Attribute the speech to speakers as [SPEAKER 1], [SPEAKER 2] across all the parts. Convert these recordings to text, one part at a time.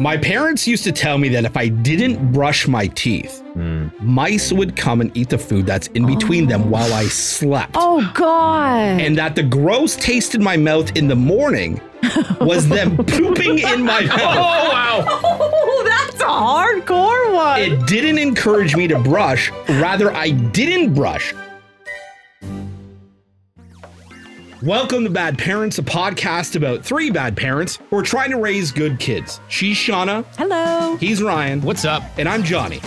[SPEAKER 1] My parents used to tell me that if I didn't brush my teeth, mice would come and eat the food that's in between them while I slept.
[SPEAKER 2] Oh God.
[SPEAKER 1] And that the gross taste in my mouth in the morning was them pooping in my mouth.
[SPEAKER 3] wow.
[SPEAKER 2] oh, that's a hardcore one.
[SPEAKER 1] It didn't encourage me to brush, rather, I didn't brush. Welcome to Bad Parents, a podcast about three bad parents who are trying to raise good kids. She's Shauna,
[SPEAKER 2] Hello.
[SPEAKER 1] he's Ryan,
[SPEAKER 3] What's up?
[SPEAKER 1] and I'm Johnny.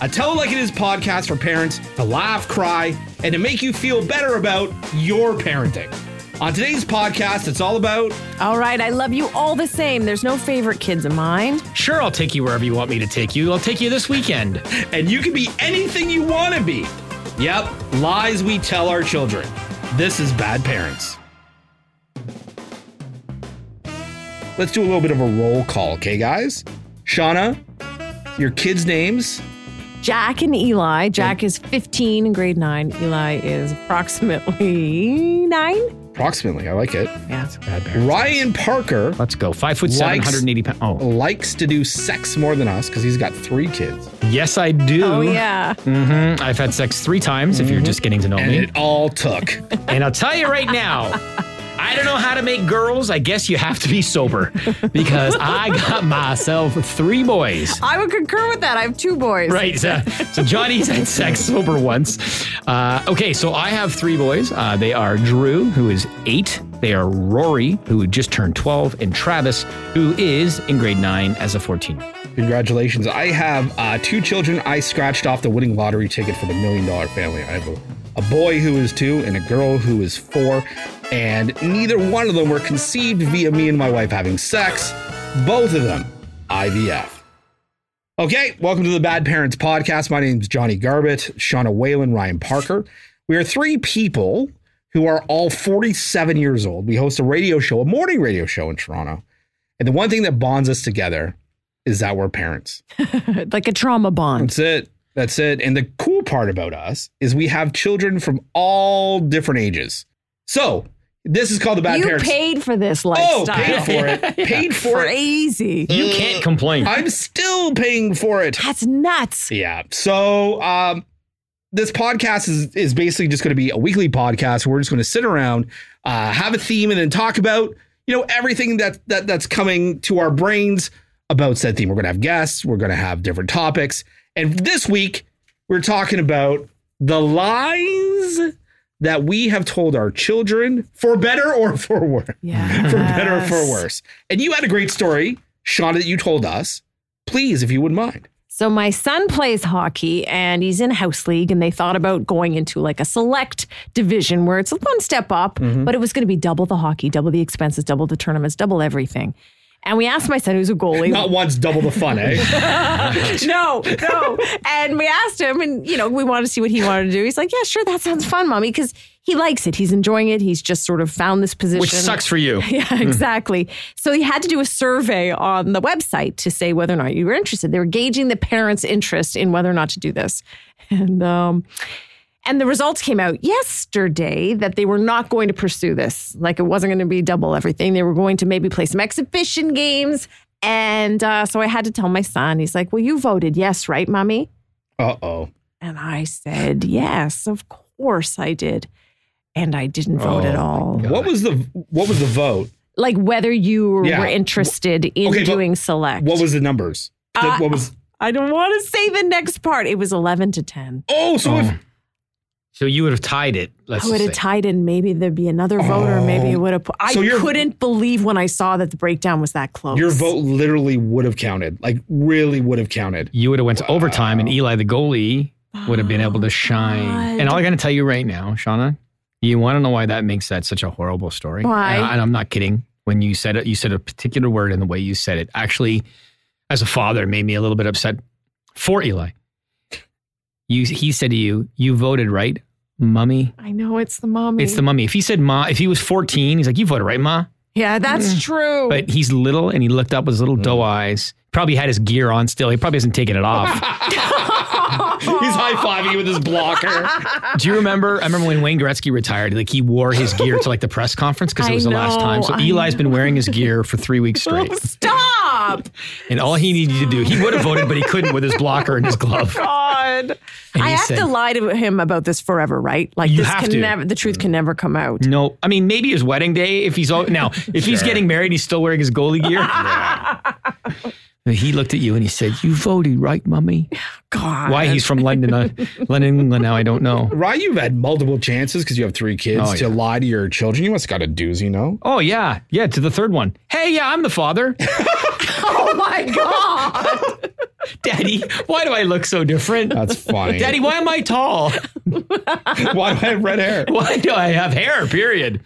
[SPEAKER 1] A Tell It Like It Is podcast for parents to laugh, cry, and to make you feel better about your parenting. On today's podcast, it's all about
[SPEAKER 2] All right, I love you all the same. There's no favorite kids of mine.
[SPEAKER 3] Sure, I'll take you wherever you want me to take you. I'll take you this weekend.
[SPEAKER 1] and you can be anything you want to be. Yep, lies we tell our children. This is Bad Parents. Let's do a little bit of a roll call, okay, guys? Shauna, your kids' names.
[SPEAKER 2] Jack and Eli. Jack is 15 in grade nine. Eli is approximately nine.
[SPEAKER 1] Approximately, I like it.
[SPEAKER 2] Yeah.
[SPEAKER 3] Bad parents.
[SPEAKER 1] Ryan Parker
[SPEAKER 3] Let's go. Five foot seven,
[SPEAKER 1] Likes-
[SPEAKER 3] 180 pounds. Oh,
[SPEAKER 1] likes to do sex more than us because he's got three kids.
[SPEAKER 3] yes, I do.
[SPEAKER 2] Oh yeah.
[SPEAKER 3] Mhm. I've had sex three times. If you're just getting to know
[SPEAKER 1] Mm-hmm. And
[SPEAKER 3] me,
[SPEAKER 1] it all took.
[SPEAKER 3] and I'll tell you right now. I don't know how to make girls. I guess you have to be sober because I got myself three boys.
[SPEAKER 2] I would concur with that. I have two boys.
[SPEAKER 3] Right. So, so Johnny's had sex sober once. Uh, okay, so I have three boys. Uh, they are Drew, who is eight. They are Rory, who just turned 12, and Travis, who is in grade nine as a 14.
[SPEAKER 1] Congratulations. I have uh, two children. I scratched off the winning lottery ticket for the million dollar family. I have a, a boy who is two and a girl who is four. And neither one of them were conceived via me and my wife having sex. Both of them IVF. Okay, welcome to the Bad Parents Podcast. My name's Johnny Garbett, Shauna Whalen, Ryan Parker. We are three people who are all 47 years old. We host a radio show, a morning radio show in Toronto. And the one thing that bonds us together is that we're parents.
[SPEAKER 2] Like a trauma bond.
[SPEAKER 1] That's it. That's it. And the cool part about us is we have children from all different ages. So this is called the Bad
[SPEAKER 2] you
[SPEAKER 1] Parents.
[SPEAKER 2] paid for this lifestyle.
[SPEAKER 1] oh, paid for it. Paid for it.
[SPEAKER 2] Crazy.
[SPEAKER 3] You
[SPEAKER 2] Eh.
[SPEAKER 3] can't complain.
[SPEAKER 2] Uh,
[SPEAKER 1] I'm still paying for it.
[SPEAKER 2] That's nuts.
[SPEAKER 1] Yeah. So um, this podcast is is basically just going to be a weekly podcast. We're just going to sit around, uh, have a theme, and then talk about you know everything that that that's coming to our brains about said theme. We're going to have guests. We're going to have different topics. And this week we're talking about the lies that we have told our children for better or for worse
[SPEAKER 2] Yeah.
[SPEAKER 1] for better or for worse. And you had a great story, Sean, that you told us. Please, if you wouldn't mind.
[SPEAKER 2] So my son plays hockey and he's in house league and they thought about going into like a select division where it's one step up,
[SPEAKER 3] Mm-hmm.
[SPEAKER 2] but it was going to be double the hockey, double the expenses, double the tournaments, double everything. And we asked my son who's a goalie.
[SPEAKER 1] Not once, double the fun, eh?
[SPEAKER 2] no, no. And we asked him and you know, we wanted to see what he wanted to do. He's like, "Yeah, sure, that sounds fun, Mommy," cuz he likes it. He's enjoying it. He's just sort of found this position.
[SPEAKER 3] Which sucks for you.
[SPEAKER 2] Yeah, exactly. So he had to do a survey on the website to say whether or not you were interested. They were gauging the parents' interest in whether or not to do this. And um and the results came out yesterday that they were not going to pursue this. Like it wasn't going to be double everything. They were going to maybe play some exhibition games. And uh, so I had to tell my son, he's like, Well, you voted yes, right, mommy?
[SPEAKER 1] Uh oh.
[SPEAKER 2] And I said, Yes, of course I did. And I didn't vote at all
[SPEAKER 1] What was the what was the vote?
[SPEAKER 2] like whether you
[SPEAKER 1] Yeah.
[SPEAKER 2] were interested in
[SPEAKER 1] Okay, but
[SPEAKER 2] doing select.
[SPEAKER 1] What was the numbers? The-
[SPEAKER 2] Uh,
[SPEAKER 1] what was?
[SPEAKER 2] I don't want to say the next part. It was eleven to ten.
[SPEAKER 1] Oh, so if,
[SPEAKER 3] So you would have tied it. Let's
[SPEAKER 2] I would have
[SPEAKER 3] just say.
[SPEAKER 2] tied in. Maybe there'd be another vote, or maybe it would have. I
[SPEAKER 1] So your-
[SPEAKER 2] couldn't believe when I saw that the breakdown was that close.
[SPEAKER 1] your vote literally would have counted, like really would have counted.
[SPEAKER 3] you would have went to overtime, and Eli, the goalie, would have been able to shine.
[SPEAKER 2] God.
[SPEAKER 3] And all I'm going to tell you right now, Shauna, you want to know why that makes that such a horrible story?
[SPEAKER 2] Why?
[SPEAKER 3] And, I, am not kidding. When you said it, you said a particular word, and the way you said it actually, as a father, made me a little bit upset for Eli. You, he said to you, "You voted right, mummy."
[SPEAKER 2] I know it's the mommy.
[SPEAKER 3] It's the mummy. If he said ma, if he was 14, he's like, "You voted right, ma."
[SPEAKER 2] yeah, that's true.
[SPEAKER 3] But he's little, and he looked up with his little doe eyes. Probably had his gear on still. He probably hasn't taken it off.
[SPEAKER 1] He's high fiving with his blocker.
[SPEAKER 3] Do you remember? I remember when Wayne Gretzky retired. Like he wore his gear to like the press conference because it
[SPEAKER 2] I
[SPEAKER 3] was the last
[SPEAKER 2] know,
[SPEAKER 3] time. So
[SPEAKER 2] I
[SPEAKER 3] Eli's been wearing his gear for three weeks
[SPEAKER 2] Oh,
[SPEAKER 3] straight.
[SPEAKER 2] Stop! Stop!
[SPEAKER 3] And all he needed to do, he would have voted, but he couldn't with his blocker and his glove.
[SPEAKER 2] God.
[SPEAKER 3] And
[SPEAKER 2] I
[SPEAKER 3] he
[SPEAKER 2] have
[SPEAKER 3] said-
[SPEAKER 2] to lie to him about this forever, right? Like
[SPEAKER 3] You
[SPEAKER 2] this
[SPEAKER 3] have
[SPEAKER 2] can
[SPEAKER 3] to. Mm.
[SPEAKER 2] never the truth can never come out.
[SPEAKER 3] No, I mean maybe his wedding day. If he's all, now, if he's
[SPEAKER 1] Sure.
[SPEAKER 3] getting married, he's still wearing his goalie gear. And He looked at you and he said, "You voted right, mummy."
[SPEAKER 2] God.
[SPEAKER 3] Why he's from London, uh, London, England now I don't know.
[SPEAKER 1] Right, you've had multiple chances because you have three kids
[SPEAKER 3] Oh,
[SPEAKER 1] to
[SPEAKER 3] yeah.
[SPEAKER 1] lie to your children. You must got a doozy, no?
[SPEAKER 3] Oh yeah, yeah. To the third one. Hey, yeah, I'm the father,
[SPEAKER 2] Oh my God.
[SPEAKER 3] Daddy. Why do I look so different,
[SPEAKER 1] That's funny.
[SPEAKER 3] Daddy? Why am I tall?
[SPEAKER 1] why do I have red hair?
[SPEAKER 3] Why do I have hair? Period.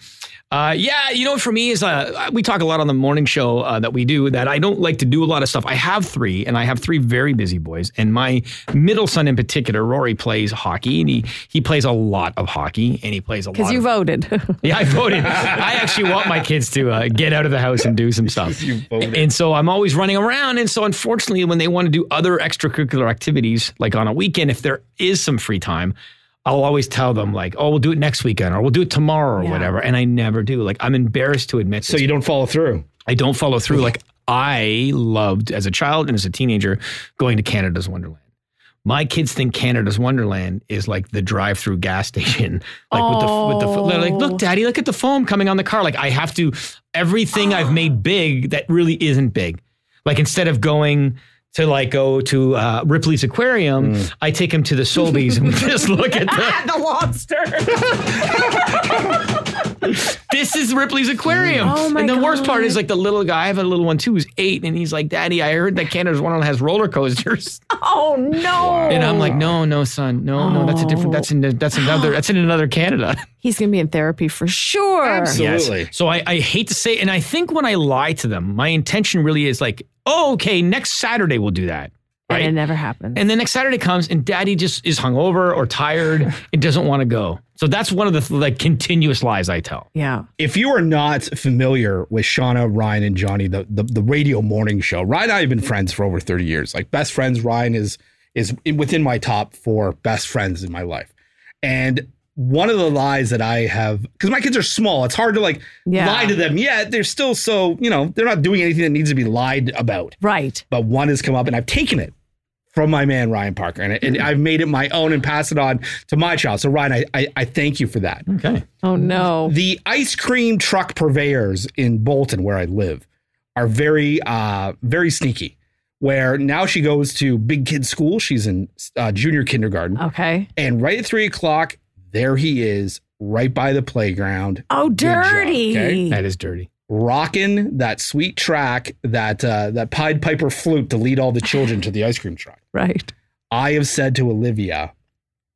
[SPEAKER 3] Uh, yeah, you know, for me is uh, we talk a lot on the morning show uh, that we do that I don't like to do a lot of stuff. I have three, and I have three very busy boys, and my middle son in particular, Rory plays hockey, and he he plays a lot of hockey, and he plays a lot.
[SPEAKER 2] Because you
[SPEAKER 3] of,
[SPEAKER 2] voted.
[SPEAKER 3] yeah, I voted. I actually want my kids to uh, get out of the house and do some stuff.
[SPEAKER 1] You voted.
[SPEAKER 3] And so I'm always running around. And so, unfortunately, when they want to do other extracurricular activities, like on a weekend, if there is some free time, I'll always tell them, like, oh, we'll do it next weekend or we'll do it tomorrow or
[SPEAKER 2] Yeah.
[SPEAKER 3] whatever. And I never do. Like, I'm embarrassed to admit
[SPEAKER 1] So you don't follow through.
[SPEAKER 3] I don't follow through. Like I loved as a child and as a teenager going to Canada's Wonderland. My kids think Canada's Wonderland is like the drive-through gas station, like with the with the
[SPEAKER 2] Oh.
[SPEAKER 3] they're like, look, Daddy, look at the foam coming on the car. Like I have to everything I've made big that really isn't big. Like instead of going to like go to uh, Ripley's Aquarium, I take him to the Sobeys and just look at the
[SPEAKER 2] the lobster.
[SPEAKER 3] this is Ripley's aquarium.
[SPEAKER 2] Oh my
[SPEAKER 3] and the worst part
[SPEAKER 2] God.
[SPEAKER 3] is like the little guy, I have a little one too, who's eight, and he's like, Daddy, I heard that Canada's Wonderland has roller coasters.
[SPEAKER 2] Oh no.
[SPEAKER 3] And I'm like, No, no, son, no, no, that's a different that's in that's another that's in another Canada.
[SPEAKER 2] He's gonna be in therapy for sure.
[SPEAKER 1] Absolutely.
[SPEAKER 3] So I, I hate to say, and I think when I lie to them, my intention really is like, oh, okay, next Saturday we'll do that.
[SPEAKER 2] And
[SPEAKER 3] Right.
[SPEAKER 2] it never happens.
[SPEAKER 3] And the next Saturday comes and daddy just is hungover or tired and doesn't want to go. So that's one of the like continuous lies I tell.
[SPEAKER 2] yeah.
[SPEAKER 1] If you are not familiar with Shauna, Ryan, and Johnny, the, the the radio morning show, Ryan and I have been friends for over thirty years. Like best friends, Ryan is is in- within my top four best friends in my life. And one of the lies that I have, because my kids are small, it's hard to like
[SPEAKER 2] Yeah.
[SPEAKER 1] lie to them yet. They're still so you know they're not doing anything that needs to be lied about.
[SPEAKER 2] Right.
[SPEAKER 1] But one has come up, and I've taken it from my man Ryan Parker, and, and I've made it my own and passed it on to my child. So Ryan, I I, I thank you for that.
[SPEAKER 3] Okay.
[SPEAKER 2] Oh no.
[SPEAKER 1] The ice cream truck purveyors in Bolton, where I live, are very, uh, very sneaky. Where now she goes to big kid school. She's in uh, junior kindergarten,
[SPEAKER 2] Okay.
[SPEAKER 1] and right at three o'clock, there he is, right by the playground,
[SPEAKER 2] Oh
[SPEAKER 1] job,
[SPEAKER 2] dirty.
[SPEAKER 1] okay?
[SPEAKER 3] That is dirty.
[SPEAKER 1] rocking that sweet track, that uh, that Pied Piper flute to lead all the children to the ice cream truck.
[SPEAKER 2] Right.
[SPEAKER 1] I have said to Olivia,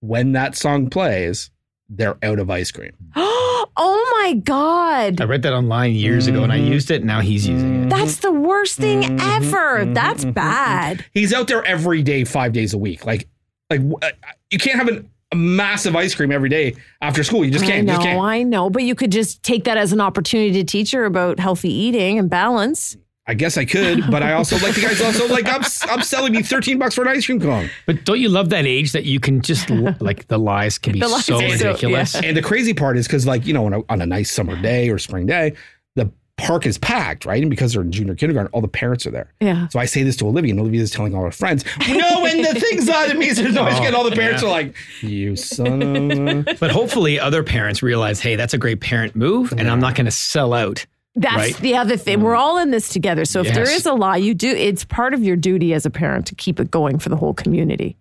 [SPEAKER 1] when that song plays, they're out of ice cream.
[SPEAKER 2] oh my god.
[SPEAKER 3] I read that online years ago and I used it. Now he's using it.
[SPEAKER 2] That's the worst thing
[SPEAKER 1] Mm-hmm.
[SPEAKER 2] ever. That's bad.
[SPEAKER 1] He's out there every day, five days a week. Like, like w- uh, you can't have an, a massive ice cream every day after school. You just
[SPEAKER 2] I
[SPEAKER 1] can't.
[SPEAKER 2] know,
[SPEAKER 1] Just can't.
[SPEAKER 2] I know, but you could just take that as an opportunity to teach her about healthy eating and balance.
[SPEAKER 1] I guess I could, but I also like the guys. Also, like I'm, s- I'm selling me thirteen bucks for an ice cream cone.
[SPEAKER 3] But don't you love that age that you can just like the lies can be
[SPEAKER 2] The lies
[SPEAKER 3] so
[SPEAKER 2] are so-
[SPEAKER 3] ridiculous?
[SPEAKER 2] yeah.
[SPEAKER 1] And the crazy part is because, like you know, on a, on a nice summer day or spring day, the park is packed, right? And because they're in junior kindergarten, all the parents are there.
[SPEAKER 2] Yeah.
[SPEAKER 1] So I say this to Olivia, and Olivia's telling all her friends, "No, when the thing's on, it means there's no ice cream." And all the parents are like, "You son of." a-"
[SPEAKER 3] But hopefully, other parents realize, hey, that's a great parent move, and I'm not going to sell out.
[SPEAKER 2] That's
[SPEAKER 3] Right.
[SPEAKER 2] the other thing.
[SPEAKER 1] Mm.
[SPEAKER 2] We're all in this together. So if there
[SPEAKER 3] Yes.
[SPEAKER 2] is a law, you do it's part of your duty as a parent to keep it going for the whole community.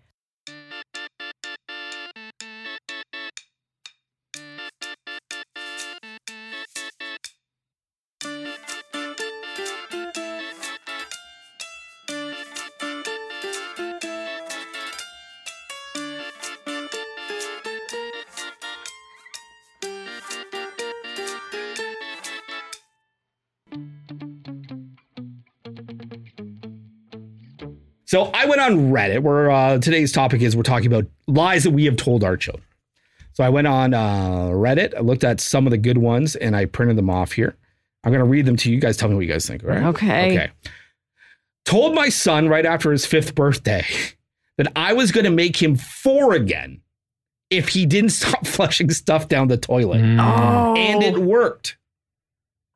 [SPEAKER 1] So I went on Reddit, where uh, today's topic is we're talking about lies that we have told our children. So I went on uh, Reddit, I looked at some of the good ones, and I printed them off here. I'm gonna read them to you. You guys, tell me what you guys think. all Right?
[SPEAKER 2] Okay.
[SPEAKER 1] Okay. Told my son right after his fifth birthday that I was gonna make him four again if he didn't stop flushing stuff down the toilet.
[SPEAKER 3] Mm-hmm. Mm.
[SPEAKER 2] Oh.
[SPEAKER 1] and it worked.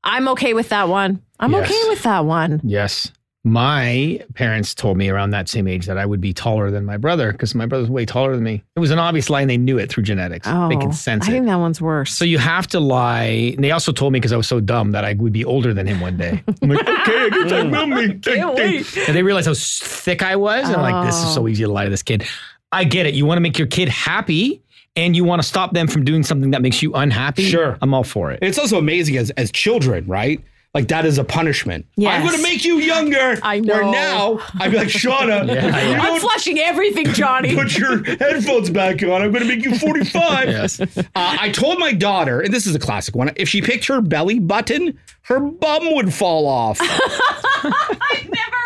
[SPEAKER 2] I'm okay with that one. I'm
[SPEAKER 3] Yes.
[SPEAKER 2] okay with that one.
[SPEAKER 3] Yes. my parents told me around that same age that I would be taller than my brother because my brother's way taller than me. It was an obvious lie and they knew it through genetics. they can sense
[SPEAKER 2] Oh, I
[SPEAKER 3] it.
[SPEAKER 2] think that one's worse.
[SPEAKER 3] So you have to lie. And they also told me because I was so dumb that I would be older than him one day. I'm like, okay, I guess I will be.
[SPEAKER 2] Mm. Can't wait. Oh.
[SPEAKER 3] And they realized how s- thick I was. And I'm like, this is so easy to lie to this kid. I get it. You want to make your kid happy and you want to stop them from doing something that makes you unhappy.
[SPEAKER 1] Sure.
[SPEAKER 3] I'm all for it.
[SPEAKER 1] It's also amazing as as children, right? Like that is a punishment. I'm
[SPEAKER 2] Yes.
[SPEAKER 1] going to make you younger.
[SPEAKER 2] I
[SPEAKER 1] Where
[SPEAKER 2] know.
[SPEAKER 1] now I'd be like Shauna,
[SPEAKER 3] Yeah,
[SPEAKER 1] if you
[SPEAKER 3] yeah.
[SPEAKER 2] I'm
[SPEAKER 1] don't
[SPEAKER 2] flushing everything, Johnny.
[SPEAKER 1] put your headphones back on, I'm going to make you 45.
[SPEAKER 3] Yes.
[SPEAKER 1] Uh, I told my daughter, and this is a classic one. If she picked her belly button, her bum would fall off.
[SPEAKER 2] I've never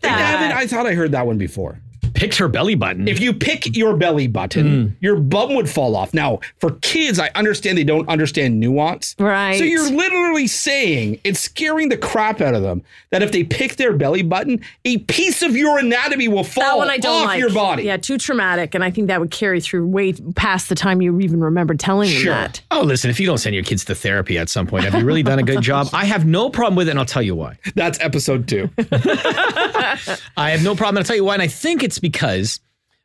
[SPEAKER 1] Gavin,
[SPEAKER 2] that.
[SPEAKER 1] I thought I heard that one before.
[SPEAKER 3] Picked her belly button.
[SPEAKER 1] If you pick your belly button, your bum would fall off. Now, for kids, I understand they don't understand nuance.
[SPEAKER 2] Right.
[SPEAKER 1] So you're literally saying it's scaring the crap out of them that if they pick their belly button, a piece of your anatomy will fall
[SPEAKER 2] That one I don't
[SPEAKER 1] off
[SPEAKER 2] like.
[SPEAKER 1] your body.
[SPEAKER 2] Yeah, too traumatic, and I think that would carry through way past the time you even remember telling
[SPEAKER 1] Sure.
[SPEAKER 2] them that.
[SPEAKER 3] Oh, listen, if you don't send your kids to therapy at some point, have you really done a good job? I have no problem with it, and I'll tell you why.
[SPEAKER 1] That's episode two.
[SPEAKER 3] I have no problem. And I'll tell you why. And I think it's because,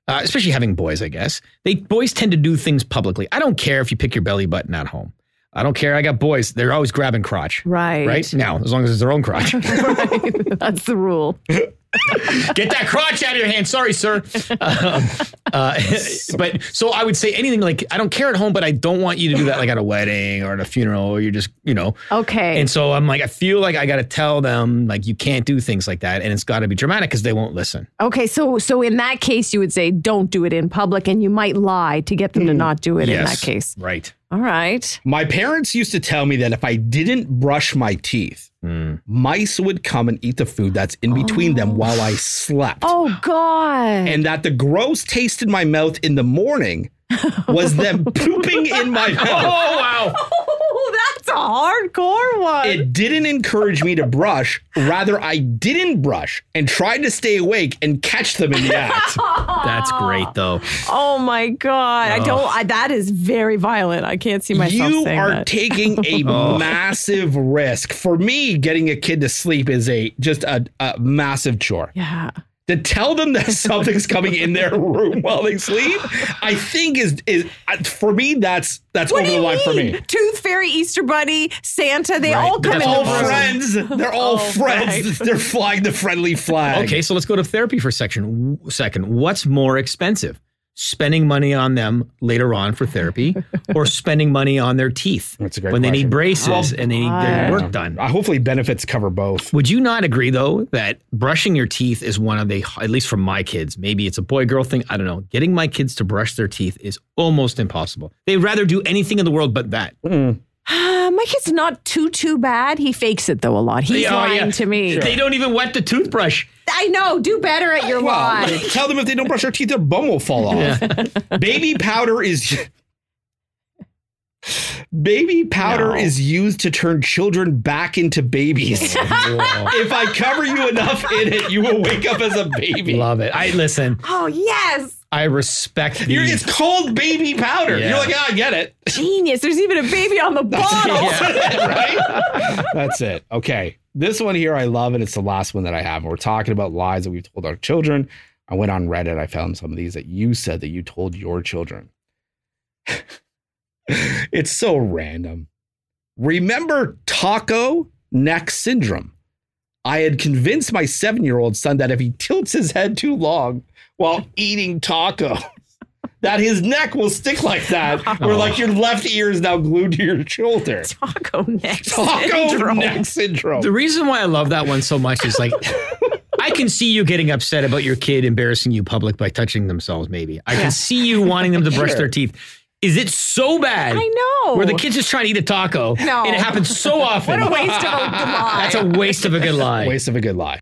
[SPEAKER 3] uh, especially having boys, I guess, they boys tend to do things publicly. I don't care if you pick your belly button at home. I don't care. I got boys. They're always grabbing crotch.
[SPEAKER 2] Right.
[SPEAKER 3] Right now, as long as it's their own crotch.
[SPEAKER 2] That's the rule.
[SPEAKER 3] Get that crotch out of your hand. Sorry, sir. Um, uh, but so I would say anything like, I don't care at home, but I don't want you to do that like at a wedding or at a funeral or you're just, you know,
[SPEAKER 2] Okay.
[SPEAKER 3] And so I'm like, I feel like I got to tell them, like, you can't do things like that. And it's got to be dramatic because they won't listen.
[SPEAKER 2] Okay, so so in that case, you would say don't do it in public, and you might lie to get
[SPEAKER 1] Mm.
[SPEAKER 2] them to not do it in that case.
[SPEAKER 3] Right.
[SPEAKER 2] All right.
[SPEAKER 1] my parents used to tell me that if I didn't brush my teeth, mice would come and eat the food that's in between them while I slept.
[SPEAKER 2] Oh God.
[SPEAKER 1] and that the gross taste in my mouth in the morning was them pooping in my mouth.
[SPEAKER 3] Oh, wow.
[SPEAKER 2] oh, that's a hardcore one.
[SPEAKER 1] It didn't encourage me to brush. Rather, I didn't brush and tried to stay awake and catch them in the act.
[SPEAKER 3] That's great, though.
[SPEAKER 2] oh my God. I don't. I, that is very violent. I can't see myself
[SPEAKER 1] You
[SPEAKER 2] saying
[SPEAKER 1] are
[SPEAKER 2] that. Oh.
[SPEAKER 1] taking a massive risk. For me, getting a kid to sleep is a just a, a massive chore.
[SPEAKER 2] yeah.
[SPEAKER 1] To tell them that something's coming in their room while they sleep, I think is is uh, for me that's that's
[SPEAKER 2] What
[SPEAKER 1] over
[SPEAKER 2] do
[SPEAKER 1] the
[SPEAKER 2] you
[SPEAKER 1] line
[SPEAKER 2] mean?
[SPEAKER 1] for me.
[SPEAKER 2] Tooth Fairy, Easter Bunny, Santa, they
[SPEAKER 3] Right,
[SPEAKER 2] all
[SPEAKER 3] but
[SPEAKER 2] come
[SPEAKER 3] that's
[SPEAKER 2] in.
[SPEAKER 1] all
[SPEAKER 2] the room.
[SPEAKER 1] friends. They're
[SPEAKER 2] Oh,
[SPEAKER 1] all friends. They're flying the friendly flag.
[SPEAKER 3] Okay, so let's go to therapy for section second. What's more expensive? Spending money on them later on for therapy or spending money on their teeth
[SPEAKER 1] That's a great
[SPEAKER 3] when they need
[SPEAKER 1] question.
[SPEAKER 3] braces and they need
[SPEAKER 2] God.
[SPEAKER 3] their work done?
[SPEAKER 1] Uh, hopefully, benefits cover both.
[SPEAKER 3] Would you not agree, though, that brushing your teeth is one of the, at least for my kids, maybe it's a boy girl thing, I don't know. Getting my kids to brush their teeth is almost impossible. They'd rather do anything in the world but that.
[SPEAKER 2] Uh, my kid's not too too bad. He fakes it though a lot. He's
[SPEAKER 1] oh,
[SPEAKER 3] Yeah,
[SPEAKER 2] lying
[SPEAKER 3] yeah.
[SPEAKER 2] to me.
[SPEAKER 3] They don't even wet the toothbrush.
[SPEAKER 2] I know. Do better at your
[SPEAKER 1] Well,
[SPEAKER 2] lie.
[SPEAKER 1] tell them if they don't brush their teeth, their bum will fall off. Baby powder is. Baby powder
[SPEAKER 2] No.
[SPEAKER 1] is used to turn children back into babies. if I cover you enough in it, you will wake up as a baby.
[SPEAKER 3] Love it. I listen,
[SPEAKER 2] Oh yes.
[SPEAKER 3] I respect
[SPEAKER 1] You're,
[SPEAKER 3] these.
[SPEAKER 1] it's called baby powder.
[SPEAKER 3] Yeah.
[SPEAKER 1] You're like, ah, I get it.
[SPEAKER 2] genius. There's even a baby on the bottle.
[SPEAKER 1] right? That's it. Okay. This one here I love, and it's the last one that I have. We're talking about lies that we've told our children. I went on Reddit. I found some of these that you said that you told your children. it's so random. Remember taco neck syndrome? I had convinced my seven year old son that if he tilts his head too long while eating taco, that his neck will stick like that, where like your left ear is now glued to your shoulder.
[SPEAKER 2] Taco neck
[SPEAKER 1] Taco
[SPEAKER 2] syndrome.
[SPEAKER 1] neck syndrome.
[SPEAKER 2] Oh.
[SPEAKER 3] The reason why I love that one so much is like I can see you getting upset about your kid embarrassing you public by touching themselves, maybe. I can see you wanting them to brush
[SPEAKER 1] Sure.
[SPEAKER 3] their teeth. Is it so bad?
[SPEAKER 2] I know.
[SPEAKER 3] Where the kid's just trying to eat a taco.
[SPEAKER 2] No.
[SPEAKER 3] And it happens so often.
[SPEAKER 2] What a waste of a lie.
[SPEAKER 3] That's a waste of a good lie.
[SPEAKER 1] Waste of a good lie.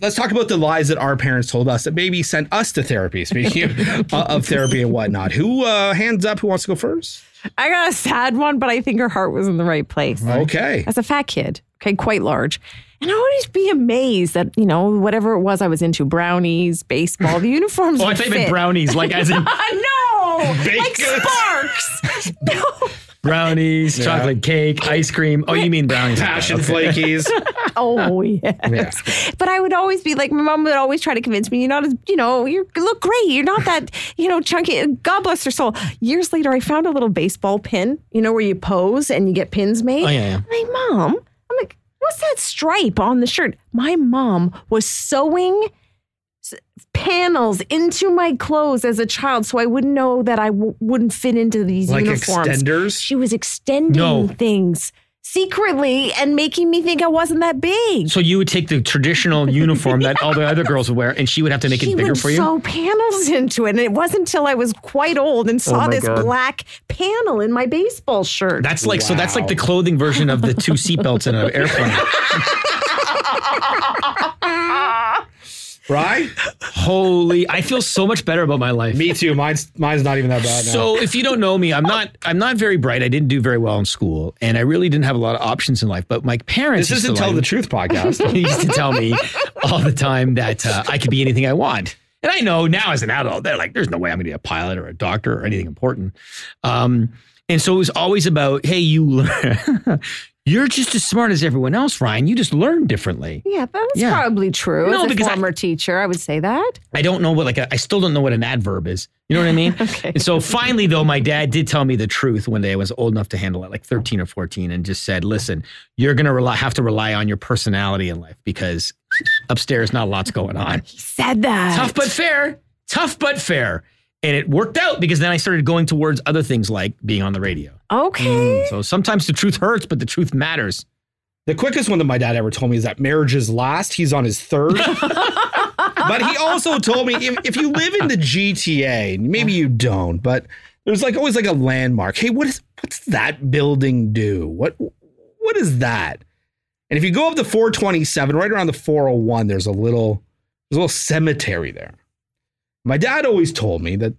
[SPEAKER 1] Let's talk about the lies that our parents told us that maybe sent us to therapy. Speaking of, uh, of therapy and whatnot, who uh, hands up? Who wants to go first?
[SPEAKER 2] I got a sad one, but I think her heart was in the right place.
[SPEAKER 1] Okay,
[SPEAKER 2] as a fat kid, okay, quite large. And I always be amazed that, you know, whatever it was I was into, brownies, baseball, the uniforms.
[SPEAKER 3] Oh, I thought you meant brownies, like as in
[SPEAKER 2] I know,
[SPEAKER 1] Baked
[SPEAKER 2] like
[SPEAKER 1] goods.
[SPEAKER 2] sparks. no.
[SPEAKER 3] brownies, chocolate cake, ice cream. Oh, you mean brownies?
[SPEAKER 1] passion
[SPEAKER 3] Okay.
[SPEAKER 1] flakies.
[SPEAKER 2] Oh yes. But I would always be like, my mom would always try to convince me, you're not as, you know, you look great. You're not that, you know, chunky. God bless her soul. Years later, I found a little baseball pin, you know, where you pose and you get pins made.
[SPEAKER 3] Oh, yeah, yeah.
[SPEAKER 2] My mom, I'm like, what's that stripe on the shirt? My mom was sewing s- panels into my clothes as a child so I wouldn't know that I w- wouldn't fit into these
[SPEAKER 1] Like
[SPEAKER 2] uniforms.
[SPEAKER 1] extenders?
[SPEAKER 2] She was extending
[SPEAKER 3] No.
[SPEAKER 2] things secretly and making me think I wasn't that big.
[SPEAKER 3] So you would take the traditional uniform that all the other girls would wear, and she would have to make
[SPEAKER 2] she
[SPEAKER 3] it bigger
[SPEAKER 2] would
[SPEAKER 3] for you.
[SPEAKER 2] sew panels into it. And it wasn't until I was quite old and saw
[SPEAKER 3] Oh my
[SPEAKER 2] this
[SPEAKER 3] God.
[SPEAKER 2] black panel in my baseball shirt.
[SPEAKER 3] that's like so. That's like the
[SPEAKER 1] Wow.
[SPEAKER 3] clothing version of the two seatbelts in an airplane.
[SPEAKER 1] right?
[SPEAKER 3] Holy! I feel so much better about my life.
[SPEAKER 1] Me too. Mine's mine's not even that bad. now.
[SPEAKER 3] So if you don't know me, I'm not I'm not very bright. I didn't do very well in school, and I really didn't have a lot of options in life. But my parents
[SPEAKER 1] this isn't tell
[SPEAKER 3] tell
[SPEAKER 1] the truth podcast.
[SPEAKER 3] he used to tell me all the time that uh, I could be anything I want. And I know now as an adult, they're like, there's no way I'm going to be a pilot or a doctor or anything important. Um, and so it was always about, hey, you learn. You're just as smart as everyone else, Ryan. You just learn differently.
[SPEAKER 2] yeah, that was
[SPEAKER 3] Yeah.
[SPEAKER 2] probably true. As
[SPEAKER 3] No,
[SPEAKER 2] a
[SPEAKER 3] because I-
[SPEAKER 2] former teacher, I would say that.
[SPEAKER 3] I don't know what, like, I still don't know what an adverb is. You know what I mean?
[SPEAKER 2] Okay.
[SPEAKER 3] And so finally, though, my dad did tell me the truth one day. I was old enough to handle it, like 13 or 14, and just said, listen, you're going to rely, have to rely on your personality in life because upstairs, not a lot's going on.
[SPEAKER 2] He said that.
[SPEAKER 3] tough but fair, tough but fair. And it worked out because then I started going towards other things like being on the radio.
[SPEAKER 2] Okay.
[SPEAKER 3] So sometimes the truth hurts, but the truth matters.
[SPEAKER 1] The quickest one that my dad ever told me is that marriage is last. He's on his third. but he also told me if, if you live in the GTA, maybe you don't, but there's like always like a landmark. Hey, what is what's that building do? What what is that? And if you go up the 427, right around the 401, there's a little there's a little cemetery there. My dad always told me that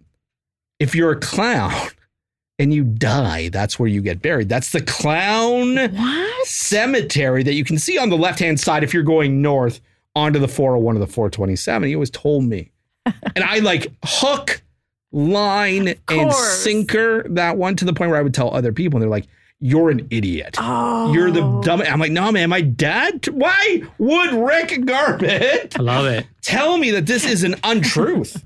[SPEAKER 1] if you're a clown and you die, that's where you get buried. That's the clown
[SPEAKER 2] What?
[SPEAKER 1] cemetery that you can see on the left hand side if you're going north onto the 401 or the 427. He always told me. and I like hook, line, and
[SPEAKER 2] course.
[SPEAKER 1] sinker that one to the point where I would tell other people, and they're like, You're an idiot.
[SPEAKER 2] Oh.
[SPEAKER 1] You're the dumb. I'm like, no, man, my dad. Why would Rick Garment
[SPEAKER 3] I love it.
[SPEAKER 1] tell me that this is an untruth?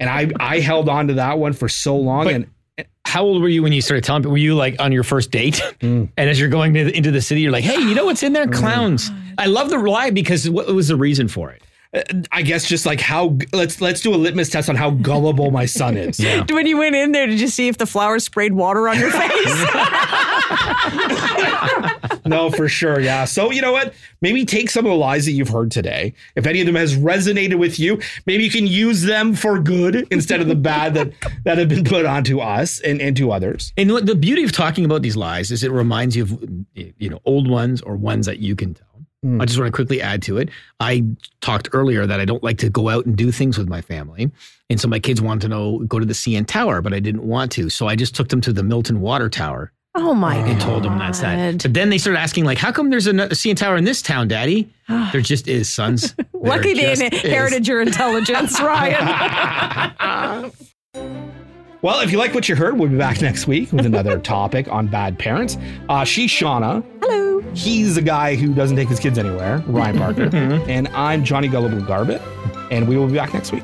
[SPEAKER 1] and I, I held on to that one for so long.
[SPEAKER 3] But-
[SPEAKER 1] and
[SPEAKER 3] How old were you when you started telling people? Were you like on your first date? And as you're going to the, into the city, you're like, hey, you know what's in there? Clowns. I love the lie because what was the reason for it?
[SPEAKER 1] I guess just like how let's let's do a litmus test on how gullible my son is. yeah.
[SPEAKER 2] When you went in there, did you see if the flowers sprayed water on your face?
[SPEAKER 1] no, for sure. Yeah. So, you know what? Maybe take some of the lies that you've heard today. If any of them has resonated with you, maybe you can use them for good instead of the bad that, that have been put onto us and, and to others.
[SPEAKER 3] And what the beauty of talking about these lies is it reminds you of you know old ones or ones that you can tell. I just want to quickly add to it. I talked earlier that I don't like to go out and do things with my family. And so my kids wanted to know go to the CN Tower, but I didn't want to. So I just took them to the Milton Water Tower
[SPEAKER 2] oh my
[SPEAKER 3] and
[SPEAKER 2] God.
[SPEAKER 3] told them that's that. But then they started asking like, "How come there's a CN Tower in this town, Daddy?" there just is, sons. There
[SPEAKER 2] Ah. Lucky they
[SPEAKER 3] just
[SPEAKER 2] inherited your intelligence, Ryan.
[SPEAKER 1] Well, if you like what you heard, we'll be back next week with another topic on bad parents. Uh, she's Shauna.
[SPEAKER 2] Hello.
[SPEAKER 1] He's the guy who doesn't take his kids anywhere, Ryan Parker. and I'm Johnny Gullible Garbett. And we will be back next week.